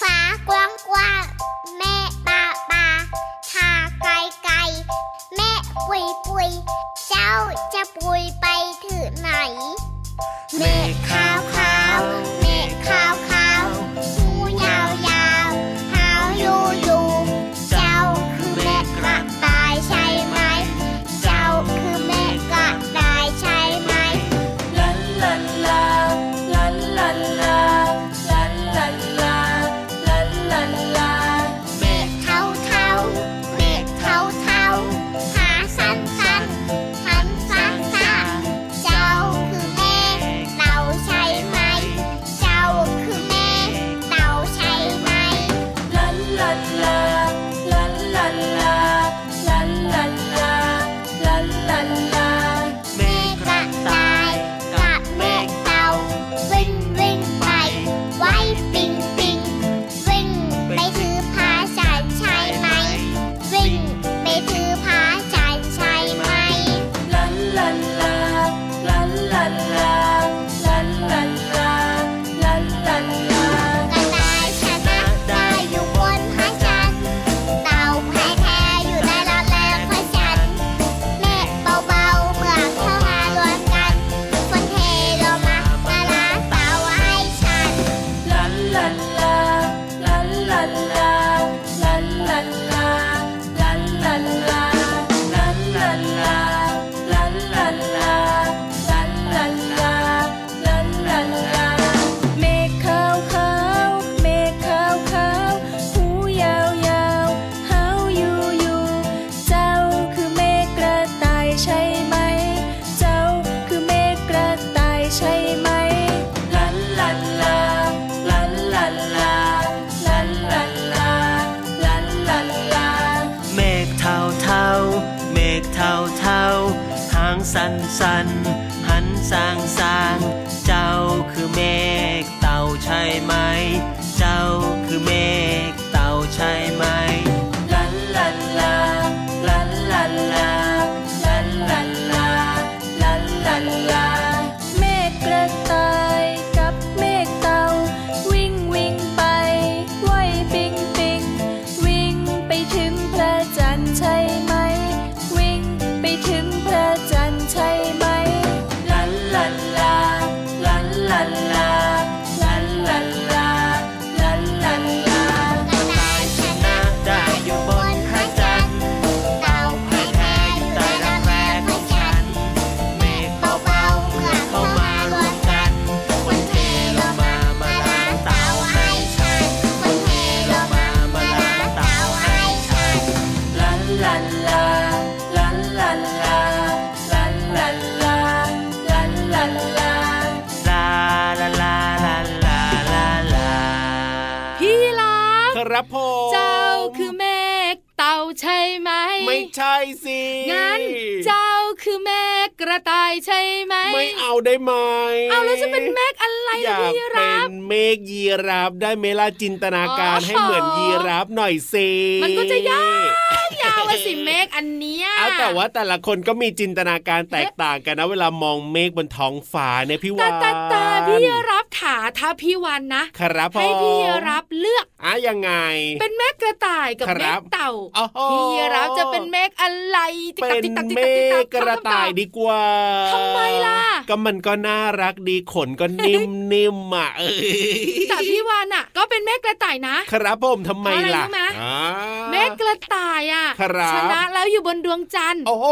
ฟ้ากว้างกว้างแม่ปลาปลาทาไกลไกลแม่ปุยปุยเจ้าจะปุยไปถึงไหน เมฆขาวขาว เมฆขาวขาวหูยาวยาวหาวยูยูเจ้าคือแม่กระต่ายใช่ไหม เจ้าคือแม่กระต่ายใช่ไหม ลันลันลาลันลันลาลันลันลาลันลันลา เมฆเทาเทาเมฆเทาเทาหาสันสันหันสันสาเจ้าคือเมฆเราใช่ไหม เจ้าคือเมฆเราใช่ไหม ลันลันลาลันลันลาลันลันลาลันลันลา เมฆกระต่ายกับเมฆเต่าวิ่งวิ่งไปไว้ปิงปิงวิ่งไปถือพาฉันใช่ไหม วิ่งไปถือพาฉันใช่ไหม ลันลันลาลันลันลาลันลันลาลันลันลา กระต่ายชนะได้อยู่บนพระจันทร์เต่าแพ้แท้อยู่ในร้อนแรงพระจันทร์เมฆเบาๆเมื่อเข้ามารวมกันฝนเทลงมามาล้างเต่าให้ฉัน ลันลันลาลันลันลาลันลันลาลันลันลาลันลันลาลันลันลาลันลันลาลันลันลาเมฆขาวขาวเมฆขาวขาวหูยาวยาวหาวอยู่อยู่เจ้าคือเมฆกระต่ายใช่ไหม เจ้าคือเมฆกระต่ายใช่ไหม ลันลันลา ลันลันลา ลันลันลา ลันลันลา เมฆเทาเทาเมฆเทาเทาหางสันสันหันสางสางเจ้าคือเมฆเต่าใช่ไหม เจ้าคือเมฆเต่าใช่ไหม ลันลันลา ลันลันลา ลันลันลา ลันลันลา เมฆกระต่ายกับเมฆเต่าวิ่งวิ่งไปไหวปิงปิงวิ่งไปถึงพระจันทร์ใช่ไหม วิ่งไปถึงพระจันทร์ใช่ไหม ลันลันลา ลันลันลา ลันลันลา ลันลันลา กระต่ายชนะได้อยู่บนพระจันทร์เต่าแพ้แท้อยู่ในรังแรกพระจันทร์เมฆเบาๆเมื่อเข้ามารวมกันฝนเทลงมามาล้างเต่าให้ฉันฝนเทลงมามาล้างเต่าให้ฉัน ลันลันลา ลันลันลา ลันลันลา ลันลันลา ลาลาลาลาลาลาลา พี่รัก ครับผม เจ้าคือเมฆเต่าใช่ไหม ไม่ใช่สิ งั้นเจ้าคือเมฆกระต่ายใช่ไหม ไม่เอาได้ไหม เอาแล้วจะเป็นเมฆอะไร อ ล่ะ ยาก พี่ เป็ รั น ก เมฆยีราฟได้ไหมล่ะจินตนาการ อ๋อ ให้เหมือนยีราฟหน่อยสิ มันก็จะยาวยาว อะสิเมฆอันเนี้ย เอาแต่ว่าแต่ละคนก็มีจินตนาการแตกต่างกันนะ เวลามองเมฆบนท้องฟ้าเนี่ยพี่วา แต่ น แต่แต่พี่รับขาถ้าพี่วันนะ ครับผม ให้พี่รับเลือก อ่ะยังไง เป็นเมฆกระต่ายกับ ครับ เมฆเต่า โอ้โห พี่รับจะเป็นเมฆอะไรติ๊ก เป็ ตัก น ติ๊กตักติ๊ก เม ตักติ๊กตั ฆ ก กระต่าย คำตอบ ดีกว่า ทำไมล่ะ ก็มันก็น่ารักดีขนก็นิ่มๆอ่ะเอ้ย แต่พี่วันอ่ะ ก็เป็นเมฆกระต่ายนะ ครับผมทำไมล่ะ เพราะอะไรรู้ไหม อ่า เมฆกระต่ายอ่ะ ครับ ชนะแล้วอยู่บนดวงจันทร์ โอ้โห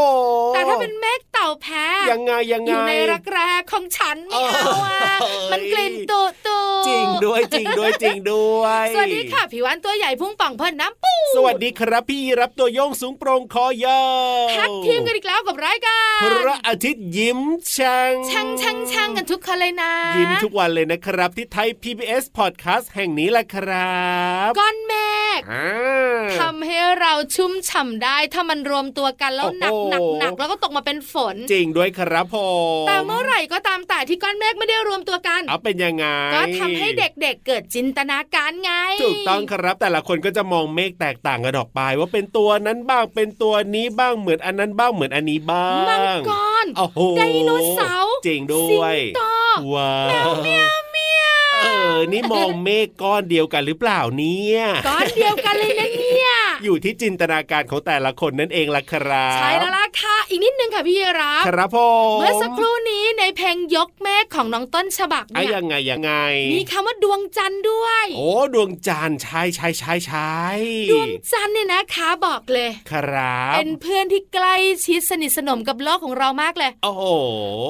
แต่ถ้าเป็นเมฆเต่าแพ้ ยังไงยัง อ ไง ยู่ในรักแร้ของฉันไม่เอาอ่ะ เอ้ย มันกลิ่นตุตุ จริงด้วยจริงด้วยจริงด้วย สวัสดีค่ะพี่วันตัวใหญ่พุ่งป่องเพิ่นน้ำปู สวัสดีครับพี่รับตัวโยงสูงโปรงคอยาว แท็กทีมกันอีกแล้วกับรายการ พระอาทิตย์ยิ้มช่าง ช่างช่างช่างกันทุกคนเลยนะ ยิ้มทุกวันเลยนะครับ ที่ไทย PBS Podcast แห่งนี้แหละครับ ก้อนเมฆ ก อ่า ทำให้เราชุ่มฉ่ำได้ถ้ามันรวมตัวกันแล้ว โอ้โห หนักหนักหนักแล้วก็ตกมาเป็นฝน จริงด้วยครับผม แต่เมื่อไหร่ก็ตามแต่ที่ก้อนเมฆไม่ได้รวมตัวกัน เอาเป็นยังไง ก็ทำให้เด็กๆเกิดจินตนาการไง ถูกต้องครับแต่ละคนก็จะมองเมฆแตกต่างกันออกไป ว่าเป็นตัวนั้นบ้างเป็นตัวนี้บ้างเหมือนอันนั้นบ้างเหมือนอันนี้บ้า มัง ง กร โอ้โห ไดโนเสาร์ จริงด้วย สิงโต ว้าวเมียวเมียวเออนี่มองเมฆก้อนเดียวกันหรือเปล่าเนี่ย ก้อนเดียวกันเลยนะเนี่ย อยู่ที่จินตนาการของแต่ละคนนั่นเองล่ะครับ ใช่แล้วล่ะค่ะ อีกนิดนึงค่ะพี่รับ ครับผม เมื่อสักครู่นี้ในเพลงยกเมฆของน้องต้นฉบัก อ่ะ เนี่ย ยังไงยังไง มีคำว่าดวงจันทร์ด้วย โอ้ดวงจันทร์ใช่ใช่ใช่ใช่ ดวงจันทร์เนี่ยนะคะบอกเลย ครับ เป็นเพื่อนที่ใกล้ชิดสนิทสนมกับโลกของเรามากเลย โอ้โห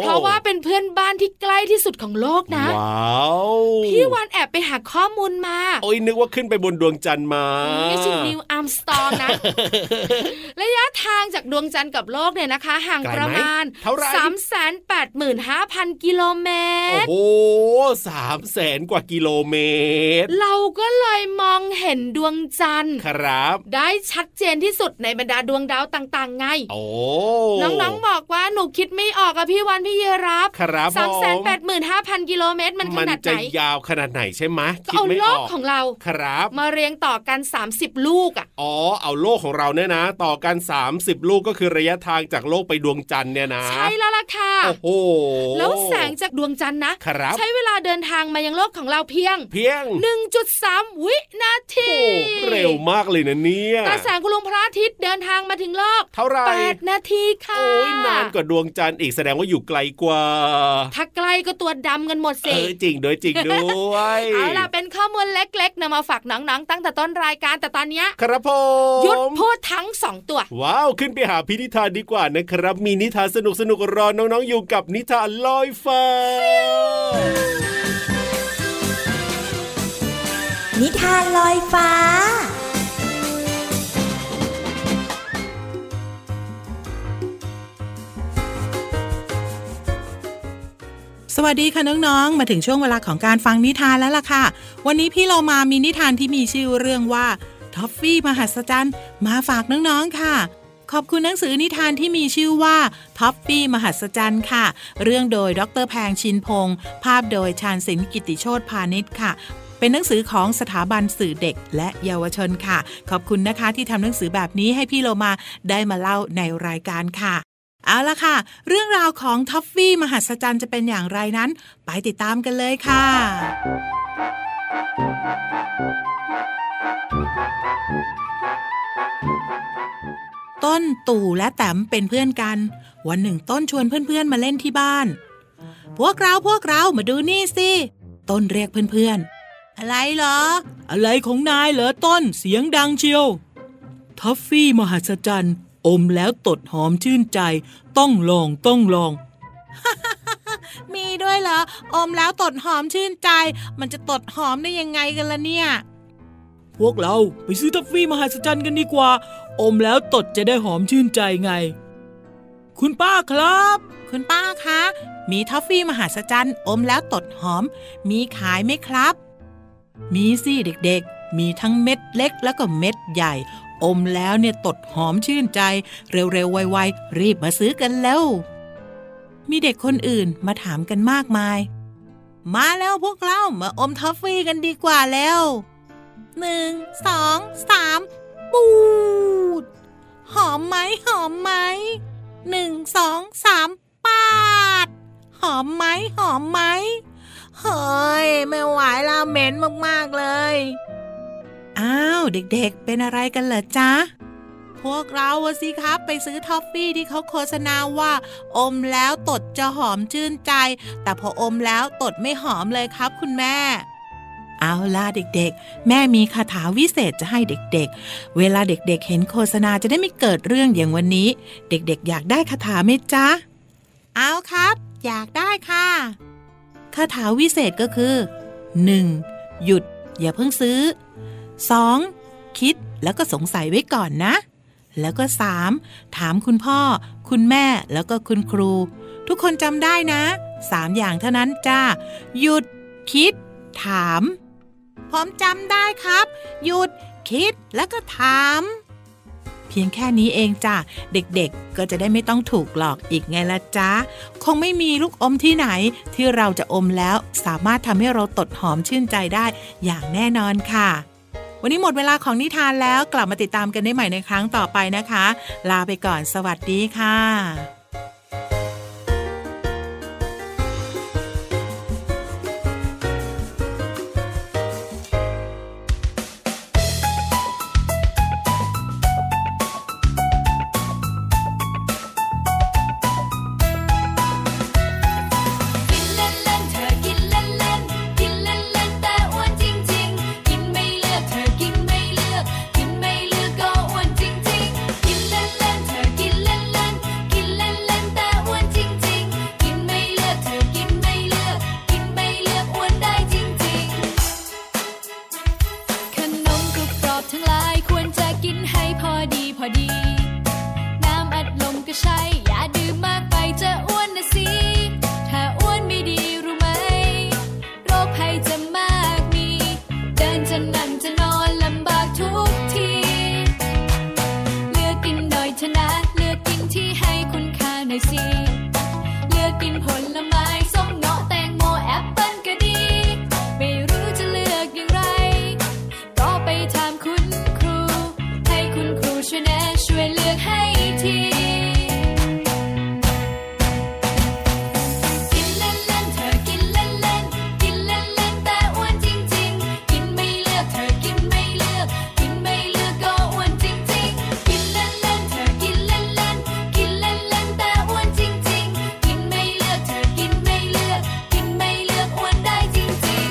เพราะว่าเป็นเพื่อนบ้านที่ใกล้ที่สุดของโลกนะ ว้าว พี่วานแอบไปหาข้อมูลมา โอ้ยนึกว่าขึ้นไปบนดวงจันทร์มา ไม่ใช่นิวอัมสตอง นะ ระยะทางจากดวงจันทร์กับโลกเนี่ยนะคะ ห่าง ไกล ประ ไห มาณ เท่าไหร่ 3 8 5 0 0 0 กิโลเม โอ้ ตร โหสามแสนกว่ากิโลเมตร เราก็เลยมองเห็นดวงจันทร์ ครับ ได้ชัดเจนที่สุดในบรรดาดวงดาวต่างๆ ไง โอ้ น้องๆบอกว่าหนูคิดไม่ออกอะพี่วันพี่เยรับ ครับ สามแสน ผ แปดหมื่นห้าพันกิโลเมตรมันข มัน นาดไห จะ น ยาวขนาดไหนใช่ไหม ก็ คิด เอา ไม่ โล ออก ก ของเรา ครับ มาเรียงต่อกัน 30 ลูกอะ อ๋อ เอาโลกของเราเนี่ยนะ ต่อกัน 30 ลูกก็คือระยะทางจากโลกไปดวงจันทร์เนี่ยนะ ใช่แล้วล่ะค่ะ โอ้โห แล้วแสงจากดวงจันทร์นะ ครับ ใช้เวลาเดินทางมายังโลกของเราเพียง เพียง 1.3 วินาที โอ้เร็วมากเลยนะเนี่ย แต่แสงคุณลุงพระอาทิตย์เดินทางมาถึงโลก เท่าไหร่ 8นาทีค่ะ โอ้ยนานกว่าดวงจันทร์อีกแสดงว่าอยู่ไกลกว่า ถ้าไกลก็ตัวดำกันหมด เอ สิ อจริงด้วยจริงด้วย เอาล่ะ เป็นข้อมูลเล็กๆนำมาฝากน้องๆตั้งแต่ต้นรายการแต่ตอนเนี้ย ครับผม หยุดพูดทั้งสองตัว ว้าวขึ้นไปหาพินิธานดีกว่านะครับ มีนิทานสนุกสนุกๆรอน้องๆอยู่กับนิทานลอยฟ้า นิทานลอยฟ้า สวัสดีค่ะน้องๆ มาถึงช่วงเวลาของการฟังนิทานแล้วล่ะค่ะ วันนี้พี่เรามามีนิทานที่มีชื่อเรื่องว่าท็อฟฟี่มหัศจรรย์มาฝากน้องๆ ค่ะ ขอบคุณหนังสือนิทานที่มีชื่อว่าท็อฟฟี่มหัศจรรย์ค่ะ เรื่องโดยดรแพงชินพงศ์ภาพโดยชาญศิลป์กิติโชตพาณิชย์ค่ะ เป็นหนังสือของสถาบันสื่อเด็กและเยาวชนค่ะ ขอบคุณนะคะที่ทำหนังสือแบบนี้ให้พี่เรามาได้มาเล่าในรายการค่ะ เอาละค่ะ เรื่องราวของท็อฟฟี่มหัศจรรย์จะเป็นอย่างไรนั้น ไปติดตามกันเลยค่ะ ต้นตู่และแตมเป็นเพื่อนกัน วันหนึ่งต้นชวนเพื่อนๆมาเล่นที่บ้าน พวกเราพวกเรามาดูนี่สิ ต้นเรียกเพื่อนๆ อะไรเหรอ อะไรของนายเหรอต้นเสียงดังเชียว ท็อฟฟี่มหัศจรรย์อมแล้วตดหอมชื่นใจ ต้องลองต้องลอง มีด้วยเหรอ อมแล้วตดหอมชื่นใจ มันจะตดหอมได้ยังไงกันล่ะเนี่ย พวกเราไปซื้อทัฟฟี่มหัศจรรย์กันดีกว่า อมแล้วตดจะได้หอมชื่นใจไง คุณป้าครับ คุณป้าคะ มีทัฟฟี่มหัศจรรย์อมแล้วตดหอม มีขายไหมครับ มีสิเด็กๆ มีทั้งเม็ดเล็กแล้วก็เม็ดใหญ่ อมแล้วเนี่ยตดหอมชื่นใจ เร็วๆ ไวๆ รีบมาซื้อกันแล้ว มีเด็กคนอื่นมาถามกันมากมาย มาแล้วพวกเรา มาอมทอฟฟี่กันดีกว่าแล้วหนึ่งสองสามปูด หอมไหมหอมไหมหนึ่งสองสามปาด หอมไหมหอมไหม เฮ้ย ไม่ไหวแล้วเหม็นมาก ๆ เลย อ้าว เด็กๆ เป็นอะไรกันเหรอจ๊ะ พวกเราอะสิครับ ไปซื้อท็อฟฟี่ที่เขาโฆษณาว่า อมแล้วตดจะหอมชื่นใจ แต่พออมแล้วตดไม่หอมเลยครับคุณแม่ เอาล่ะเด็กๆ แม่มีคาถาวิเศษจะให้เด็กๆ เวลาเด็กๆ เห็นโฆษณาจะได้ไม่เกิดเรื่องอย่างวันนี้ เด็กๆ อยากได้คาถาไหมจ๊ะ เอาครับ อยากได้ค่ะ คาถาวิเศษก็คือ 1. หยุดอย่าเพิ่งซื้อ 2. คิดแล้วก็สงสัยไว้ก่อนนะ แล้วก็ 3. ถามคุณพ่อ คุณแม่แล้วก็คุณครู ทุกคนจำได้นะสามอย่างเท่านั้นจ้าหยุด คิด ถาม ผมจำได้ครับ หยุด คิดแล้วก็ถาม เพียงแค่นี้เองจ้ะ เด็กๆ ก็จะได้ไม่ต้องถูกหลอกอีกไงละจ๊ะ คงไม่มีลูกอมที่ไหนที่เราจะอมแล้วสามารถทำให้เราตดหอมชื่นใจได้อย่างแน่นอนค่ะ วันนี้หมดเวลาของนิทานแล้วกลับมาติดตามกันได้ใหม่ในครั้งต่อไปนะคะ ลาไปก่อนสวัสดีค่ะ กินเล่นเล่นเธอกินเล่นเล่นกินเล่นเล่นแต่อ้วนจริงจริงกินไม่เลือกเธอกินไม่เลือกกินไม่เลือกก็อ้วนจริงจริงกินเล่นเล่นเธอกินเล่นเล่นกินเล่นเล่นแต่อ้วนจริงจริงกินไม่เลือกเธอกินไม่เลือกกินไม่เลือกอ้วนได้จริงจริง ขนมกรุบกรอบทั้งหลายควรจะกินให้พอดีพอดี น้ำอัดลมก็ใช่ อย่าดื่มมากไปจะอ้วนนะสิ ถ้าอ้วนไม่ดีรู้ไหม โรคภัยจะมากมี เดินจะนั่งจะนอนลำบากทุกที เลือกกินหน่อยเถอะนะ เลือกกินที่ให้คุณค่าหน่อยสิ เลือกกินผลไม้ส้มเงาะแตงโมแอปเปิ้ลก็ดี ไม่รู้จะเลือกอย่างไร ก็ไปถามคุณครู ให้คุณครูช่วยแนะช่วยเลือกให้ที กินเล่นเล่นเธอกินเล่นเล่นกินเล่นเล่นแต่อ้วนจริงจริงกินไม่เลือกเธอกินไม่เลือกกินไม่เลือกก็อ้วนจริงจริงกินเล่นเล่นเธอกินเล่นเล่นกินเล่นเล่นแต่อ้วนจริงจริงกินไม่เลือกเธอกินไม่เลือกกินไม่เลือกอ้วนได้จริงจริง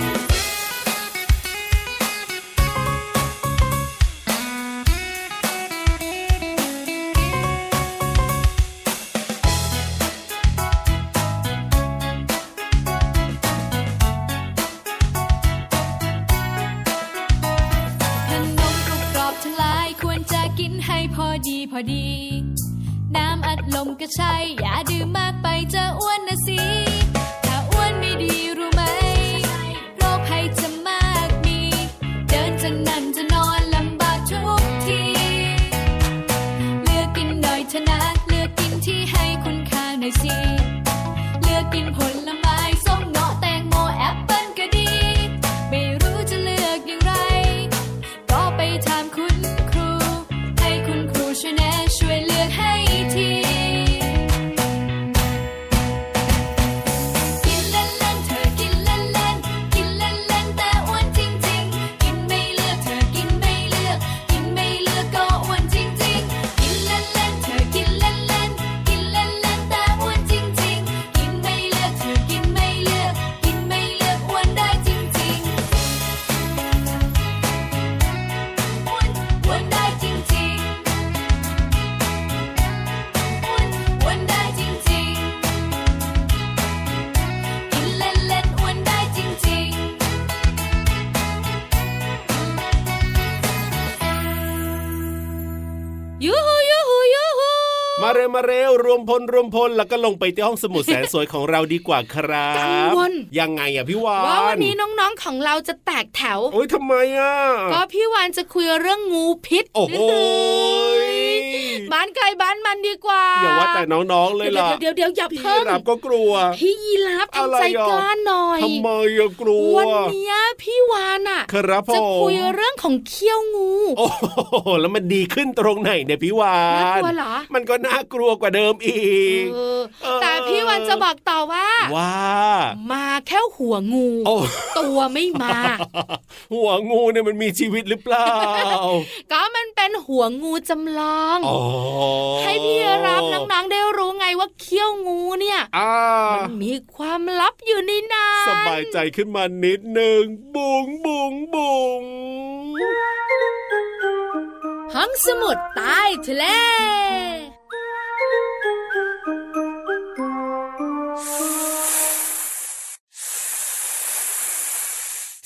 ขนมกรุบกรอบทั้งหลายควรจะกินให้พอดีพอดี น้ำอัดลมก็ใช่ อย่าดื่มมากไปจะอ้วนนะสิ ถ้าอ้วนไม่ดีรู้ไหม โรคภัยจะมากมี เดินจะนั่งจะนอนลำบากทุกที เลือกกินหน่อยเถอะนะ เลือกกินที่ให้คุณค่าหน่อยสิ เลือกกินผลไม้ส้มเงาะแตงโมแอปเปิ้ลก็ดี ไม่รู้จะเลือกอย่างไร ก็ไปถามคุณครู ให้คุณครูช่วยแนะช่วยเลือกให้ที กินเล่นเล่นเธอกินเล่นเล่นกินเล่นเล่นแต่อ้วนจริงจริงกินไม่เลือกเธอกินไม่เลือกกินไม่เลือกก็อ้วนจริงจริงกินเล่นเล่นเธอกินเล่นเล่นกินเล่นเล่นแต่อ้วนจริงจริงกินไม่เลือกเธอกินไม่เลือกกินไม่เลือกอ้วนได้จริงจริง อ้วนอ้วนได้จริงๆอ้วนอ้วนได้จริงๆ กินเล่นเล่นอ้วนได้จริงๆ ยูฮูยูฮูยูฮู มาเร็วมาเร็วรวมพลรวมพลแล้วก็ลงไปที่ห้องสมุดแสนสวยของเราดีกว่าครับ กังวล ยังไงอ่ะพี่วาน ว่าวันนี้น้องๆของเราจะแตกแถว โอ้ยทำไมอ่ะ ก็พี่วานจะคุยเรื่องงูพิษ โอ้โหย บ้านไกลบ้านมันดีกว่า อย่าว่าแต่น้องๆเลยล่ะ เดี๋ยวๆเดี๋ยวๆอย่า พี่ เพิ่ง รับก็กลัว พี่ยีรับทำใจ อะไรอ่ะ กล้าหน่อย ทำไมอ่ะกลัว วันเนี้ยพี่วานอ่ะ ครับผ จะคุย ม เรื่องของเขี้ยวงู โอ้โหแล้วมันดีขึ้นตรงไหนเนี่ยพี่วาน น่ากลัวเหรอ มันก็น่ากลัวกว่าเดิมอีก เออ เออ แต่พี่วันจะบอกต่อว่า ว่า มาแค่หัวงู โอ้ ตัวไม่มา หัวงูเนี่ยมันมีชีวิตหรือเปล่า ก็มันเป็นหัวงูจำลอง อ๋อ ให้พี่รับน้องๆได้รู้ไงว่าเขี้ยวงูเนี่ย อ่า มันมีความลับอยู่ในนั้น สบายใจขึ้นมานิดหนึ่งบุงบุงบุง ห้องสมุดใต้ทะเล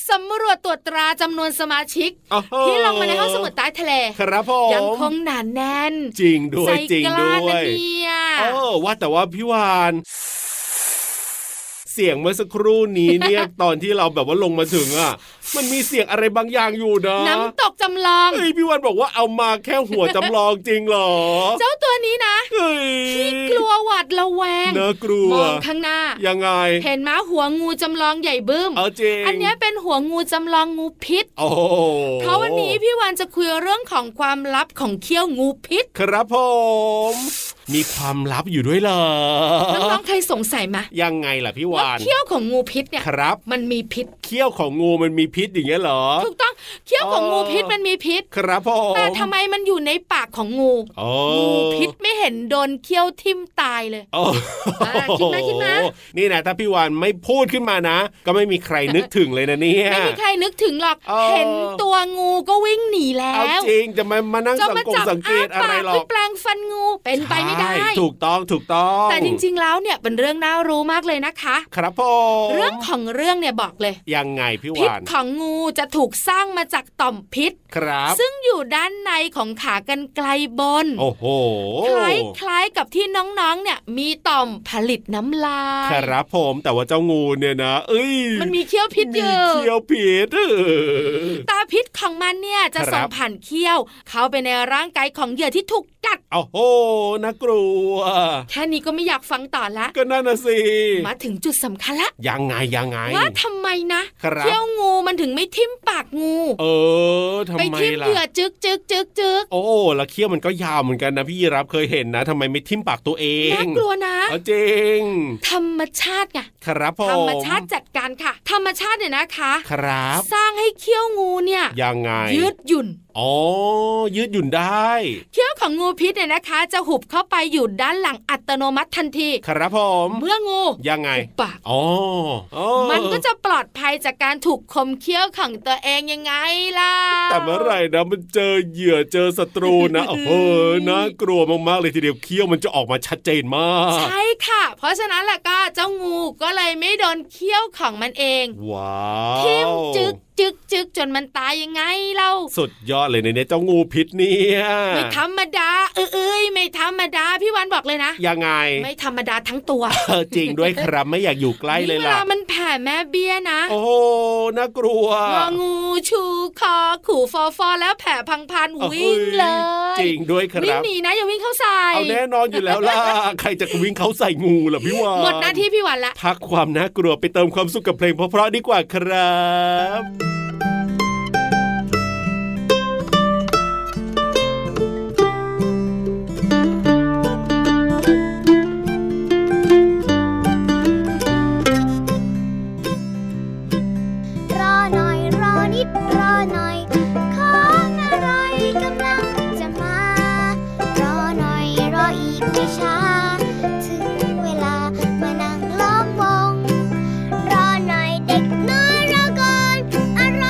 สำรวจตรวจตราจำนวนสมาชิก อ้าว ที่ลงมาในห้องสมุดใต้ทะเล ครับผม ยังคงหนานแน่น จริงด้วย ใจ จริง กล้า ด้ว นะ ย เนี่ย เออว่าแต่ว่าพี่วาน เสียงเมื่อสักครู่นี้เนี่ย ตอนที่เราแบบว่าลงมาถึงอ่ะ มันมีเสียงอะไรบางอย่างอยู่นะ น้ำตกจำลอง เฮ้ยพี่วันบอกว่าเอามาแค่หัวจำลองจริงเหรอ เจ้าตัวนี้นะ เฮ้ย กลัวหวาดระแวง เนอะกลัว มองข้างหน้า ยังไง เห็นม้าหัวงูจำลองใหญ่บึ้ม เอาจริง อันเนี้ยเป็นหัวงูจำลองงูพิษ โอ้โห เพราะวันนี้พี่วานจะคุยเรื่องของความลับของเขี้ยวงูพิษ ครับผม มีความลับอยู่ด้วยเหรอ น้องๆเคยสงสัยไหม ยังไงล่ะพี่ ว่าว าน เขี้ยวของงูพิษเนี่ย ครับ มันมีพิษ เขี้ยวของงูมันมีพิษอย่างเงี้ยเหรอ ถูกต้อง เขี้ยวของ อ๋อ งูพิษมันมีพิษ ครับผม แต่ทำไมมันอยู่ในปากของงู โอ้ งูพิษไม่เห็นโดนเขี้ยวทิ่มตายเลย โอ้ อ่าคิดมาคิดมา นี่นะถ้าพี่วานไม่พูดขึ้นมานะ ก็ไม่มีใครนึกถึงเลยนะเนี่ย ไม่มีใครนึกถึงหรอก อ๋อ เห็นตัวงูก็วิ่งหนีแล้ เอา ว จริงจะมามานั่ง จะ สังเกตมาจับ สังเก อ้า ตอะไร ปาก หรอ เพื่อก แปลงฟันงู เป็นไปไม่ได้ ใช่ถูกต้องถูกต้อง แต่จริงๆ แล้วเนี่ยเป็นเรื่องน่ารู้มากเลยนะคะ ๆครับผม เรื่องของเรื่องเนี่ยบอกเลย ยังไงพี่ พิษ วาน ของงูจะถูกสร้างมาจากต่อมพิษ ครับ ซึ่งอยู่ด้านในของขากรรไกรบน โอ้โห คล้ายคล้ายกับที่น้องๆ เนี่ยมีต่อมผลิตน้ำลาย ครับผมแต่ว่าเจ้างูเนี่ยนะ เอ้ย มันมีเขี้ยวพิษเย มี อะ เขี้ยวพิษเออ ตาพิษของมันเนี่ยคจะรับ ส่งผ่านเขี้ยว เข้าไปในร่างกายของเหยื่อที่ถูกกัด โอ้โหน่ากลัว แค่นี้ก็ไม่อยากฟังต่อละ ก็นั่นนะสิ มาถึงจุดสำคัญละ ยังไงยังไง ว่าทำไมนะครับ เขี้ยวงูมันถึงไม่ทิ่มปากงู เออทำ ไป ไม ทิ่ม ล่ะ เหยื่อจึกจึกจึกจึก โอ้แล้วเขี้ยวมันก็ยาวเหมือนกันนะพี่ยีรับเคยเห็นนะทำไมไม่ทิ่มปากตัวเอง น่ากลัวนะ เอาจริง ธรรมชาติไง ครับผม ธรรมชาติจัดการค่ะ ธรรมชาติเนี่ยนะคะ ครับ สร้างให้เขี้ยวงูเนี่ย ยังไง ยืดหยุ่น อ๋อยืดหยุ่นได้ เขี้ยวของงูพิษเนี่ยนะคะ จะหุบเข้าไปอยู่ด้านหลังอัตโนมัติทันที ครับผม เมื่องู ยังไง ปาก อ๋ออ๋อ มันก็จะปลอดภัยจากการถูกคมเขี้ยวของตัวเองยังไงล่ะ แต่เมื่อไหร่นะมันเจอเหยื่อเจอศัตรู นะ โอ้โหน่ากลัวมากๆเลยทีเดียวเขี้ยวมันจะออกมาชัดเจนมาก ใช่ค่ะ เพราะฉะนั้นแหละก็เจ้างูก็เลยไม่โดนเขี้ยวของมันเอง ว้าว ทิ่มจึกจึกจึกจนมันตายยังไงเล่า สุดยอดเลยในเนี้ยเจ้างูพิษเนี่ย ไม่ธรรมดา เอ้ยเอ้ยไม่ธรรมดา พี่วันบอกเลยนะ ยังไง ไม่ธรรมดาทั้งตัว เออจริงด้วยครับไม่อยากอยู่ใกล้เลย นี่เว ล่ะ ลามันแผ่แม่เบี้ยนะ โอ้โหน่ากลัว งองูชูคอขู่ฟอฟอแล้วแผ่พังพันวิ่งเลย จริงด้วยค วิ่ง รับ หนีนะอย่าวิ่งเข้าใส่ เอาแน่นอนอยู่แล้วล่ะ ใครจะวิ่งเขาใส่งูล่ะพี่วาน หมดหน้าที่พี่วันละ พักความน่ากลัวไปเติมความสุขกับเพลงเพราะๆดีกว่าครับ รอหน่อยรอนิดรอหน่อย ของอะไรกำลังจะมา รอหน่อยรออีกไม่ช้า ถึงเวลามานั่งล้อมวง รอหน่อยเด็กน้อยรอก่อน อะไร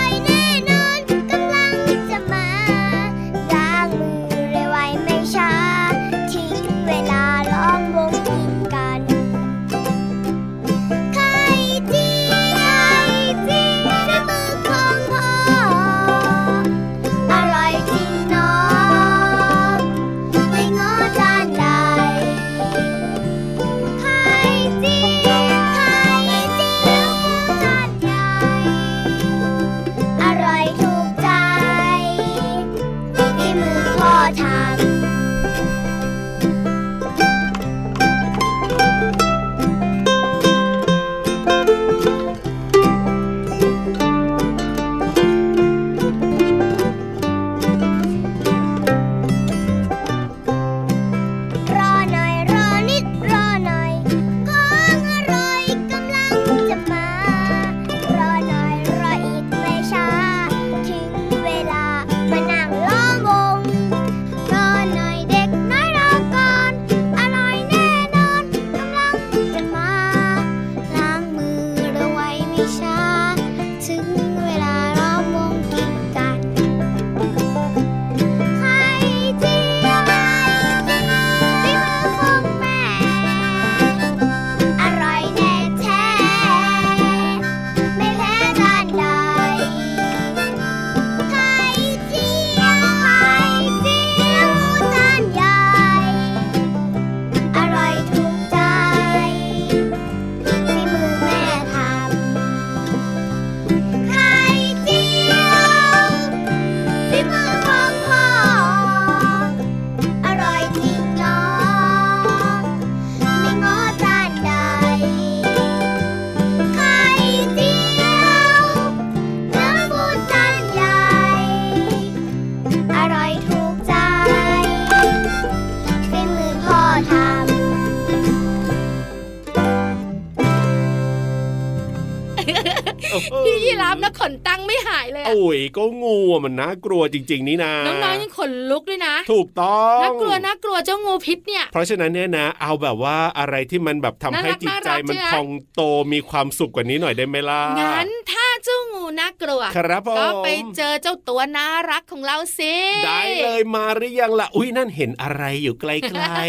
พี่ยีรับนะขนตั้งไม่หายเลยอะ โอ้ยก็งูอะมันน่ากลัวจริง ๆ นี่นะ น้องๆยังขนลุกด้วยนะ ถูกต้อง น่ากลัวน่ากลัวเจ้างูพิษเนี่ย เพราะฉะนั้นเนี่ยนะ เอาแบบว่าอะไรที่มันแบบทำให้ น่ารัก จิตใจ น่ารัก มัน ใช่ไหม พองโตมีความสุขกว่านี้หน่อยได้ไหมล่ะ งั้นถ้าเจ้างูน่ากลัว ครับผม ก็ไปเจอเจ้าตัวน่ารักของเราสิ ได้เลยมาหรือยังล่ะอุ้ยนั่นเห็นอะไรอยู่ไกล ตะ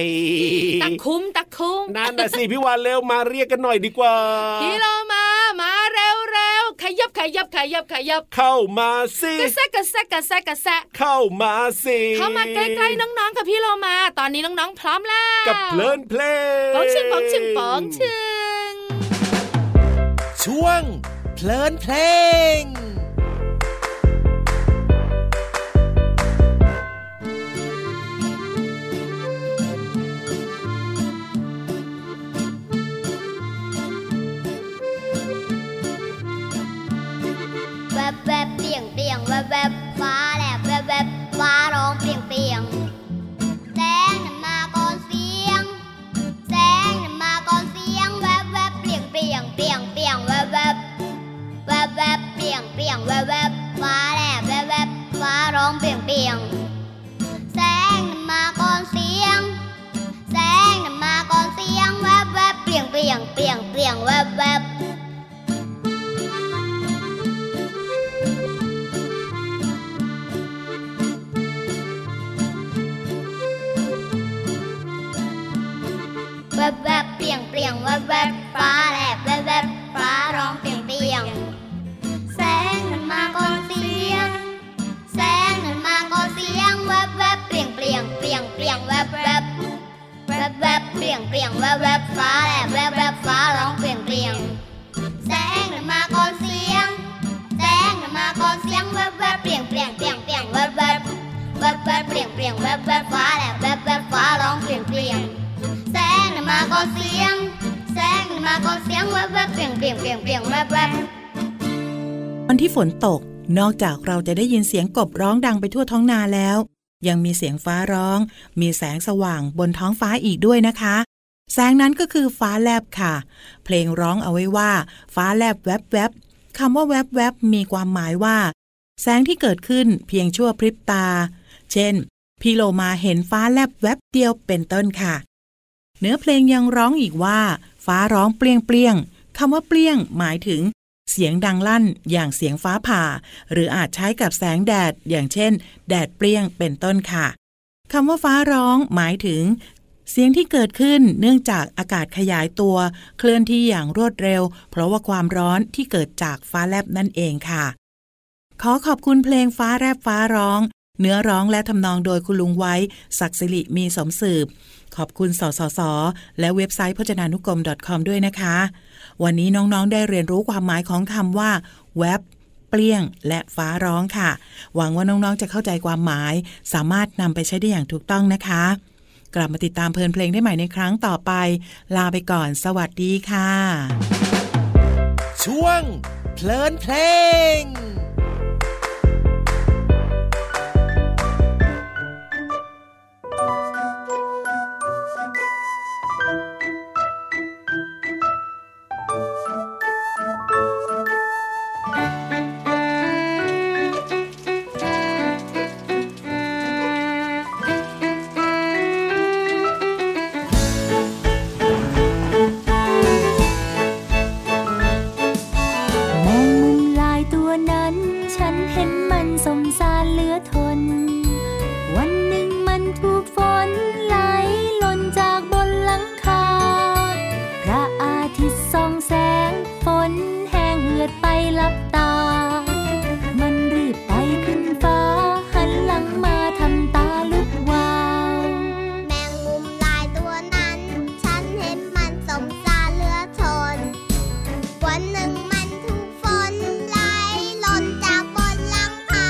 ๆ คุ้มตะคุ้ม นั่นน่ะสิพี่วานเร็วมาเรียกกันหน่อยดีกว่า พี่เรามามาเร็วเร็วๆขยับขยับขยับขยับ เข้ามาสิ กระแซะกระแซะกระแซะกระแซะ เข้ามาสิ เข้ามาใกล้ๆน้องๆกับพี่เรามา ตอนนี้น้องๆพร้อมแล้ว กับเพลินเพลง ป๋องชิงป๋องชิงป๋องชิง ช่วงเพลินเพลง แวบแวบเปลี่ยงเปลี่ยงแวบแวบฟ้าแลบแวบแวบฟ้าร้องเปลี่ยงเปลี่ยงแสงน่ะมาก่อนเสียงแสงน่ะมาก่อนเสียงแวบแวบเปลี่ยงเปลี่ยงเปลี่ยงเปลี่ยงแวบแวบแวบแวบเปลี่ยงเปลี่ยงแวบแวบฟ้าแลบแวบแวบฟ้าร้องเปลี่ยงเปลี่ยงแสงน่ะมาก่อนเสียงแสงน่ะมาก่อนเสียงแวบแวบเปลี่ยงเปลี่ยงเปลี่ยงเปลี่ยงแวบแวบ แวบแวบเปลี่ยงเปลี่ยงแวบแวบฟ้าแลบแวบแวบฟ้าร้องเปลี่ยงเปลี่ยงแสงนั้นมาก่อนเสียง แสงนั้นมาก่อนเสียงแวบแวบเปลี่ยงเปลี่ยงเปลี่ยงเปลี่ยงแวบแวบแวบแวบเปลี่ยงเปลี่ยงแวบแวบฟ้าแลบแวบแวบฟ้าร้องเปลี่ยงเปลี่ยงแสงนั้นมาก่อนเสียง แสงนั้นมาก่อนเสียงแวบแวบเปลี่ยงเปลี่ยงเปลี่ยงเปลี่ยงแวบแวบแวบแวบเปลี่ยงเปลี่ยงแวบแวบฟ้าแลบแวบแวบฟ้าร้องเปลี่ยงเปลี่ยง แสงน่ะมาก่อนเสียง แสงน่ะมาก่อนเสียงแวบแวบเปลี่ยงเปลี่ยงเปลี่ยงเปลี่ยงแวบแวบ วันที่ฝนตก นอกจากเราจะได้ยินเสียงกบร้องดังไปทั่วท้องนาแล้ว ยังมีเสียงฟ้าร้อง มีแสงสว่างบนท้องฟ้าอีกด้วยนะคะ แสงนั้นก็คือฟ้าแลบค่ะ เพลงร้องเอาไว้ว่า ฟ้าแลบแวบแวบคำว่าแวบแวบมีความหมายว่า แสงที่เกิดขึ้นเพียงชั่วพริบตา เช่น พี่โลมาเห็นฟ้าแลบแวบเดียวเป็นต้นค่ะ เนื้อเพลงยังร้องอีกว่า ฟ้าร้องเปลี่ยงเปลี่ยงคำว่าเปลี่ยง หมายถึง เสียงดังลั่น อย่างเสียงฟ้าผ่า หรืออาจใช้กับแสงแดด อย่างเช่น แดดเปรี้ยงเป็นต้นค่ะคำว่าฟ้าร้อง หมายถึง เสียงที่เกิดขึ้นเนื่องจากอากาศขยายตัว เคลื่อนที่อย่างรวดเร็ว เพราะว่าความร้อนที่เกิดจากฟ้าแลบนั่นเองค่ะ ขอขอบคุณเพลงฟ้าแรบฟ้าร้อง เนื้อร้องและทำนองโดยคุณลุงไว้ ศักดิ์สิริมีสมสืบ ขอบคุณสสส และเว็บไซต์พจนานุกรม .com ด้วยนะคะ วันนี้น้อง ๆ ได้เรียนรู้ความหมายของคำว่า แว็บ เปลี่ยง และฟ้าร้องค่ะ หวังว่าน้อง ๆ จะเข้าใจความหมาย สามารถนำไปใช้ได้อย่างถูกต้องนะคะ กลับมาติดตามเพลินเพลงได้ใหม่ในครั้งต่อไป ลาไปก่อน สวัสดีค่ะ ช่วงเพลินเพลง แมงมุมลายตัวนั้น ฉันเห็นมันสมสารเหลือทน วันหนึ่งมันถูกฝนไหลหล่นจากบนหลังคา พระอาทิตย์ส่องแสง ฝนแห้งเหือดไปลับตา มันรีบไปขึ้นฟ้า หันหลังมาทำตาลุกวาแวมงมุมลายตัวนั้น ฉันเห็นมันสมสารเหลือทน วันหนึ่งมันถูกฝนไหลหล่นจากบนหลังคา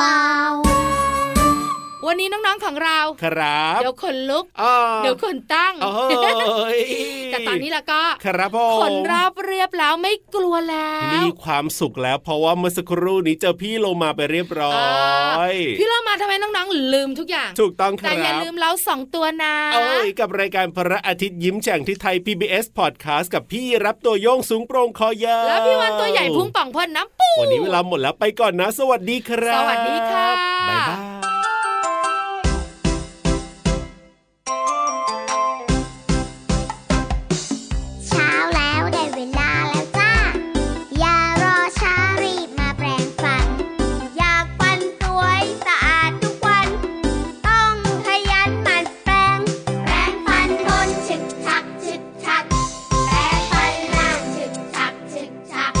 ว้าว วันนี้น้องๆของเรา ครับ เดี๋ยวขนลุก อ้า เดี๋ยวขนตั้ง โอ้ย แต่ตอนนี้ละก็ ครับผ ข ม นราบเรียบแล้วไม่กลัวแล้ว มีความสุขแล้ว เพราะว่าเมื่อสักครู่นี้เจอพี่โลมาไปเรียบร้อย พี่เรามาทำไมน้องๆ ลืมทุกอย่าง ถูกต้องค แต่ รับ อย่าลืมเราสองตัวนะ เอ้ยกับรายการพระอาทิตย์ยิ้มแฉ่งที่ไทย PBS Podcast กับพี่รับตัวโยงสูงโปร่งคอยาว แล้วพี่วันตัวใหญ่พุ่งป่องพ่นน้ำปู วันนี้เวลาหมดแล้วไปก่อนนะ สวัสดีครับ สวัสดีค่ะ บ๊ายบาย เช้าแล้วได้เวลาแล้วจ้า อย่ารอช้ารีบมาแปรงฟัน อยากฟันสวยสะอาดทุกวัน ต้องขยันหมั่นแปรง แปรงฟันบนฉึกฉักฉึกฉัก แปรงฟันล่างฉึกฉักฉึกฉัก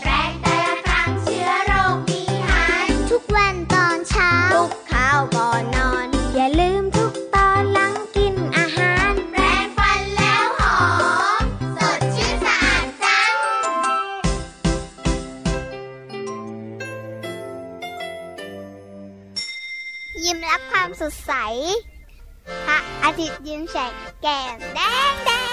แปรงแต่ละครั้งเชื้อโรคมีหาย ทุกวันตอนเช้า ทุกข้าวก่อนนอน อย่าลืมทุกตอนหลังกินอาหาร แปรงฟันแล้วหอม สดชื่นสะอาดจังยิ้มรับความสดใส พระอาทิตย์ยิ้มแฉกแก้มแดงแดง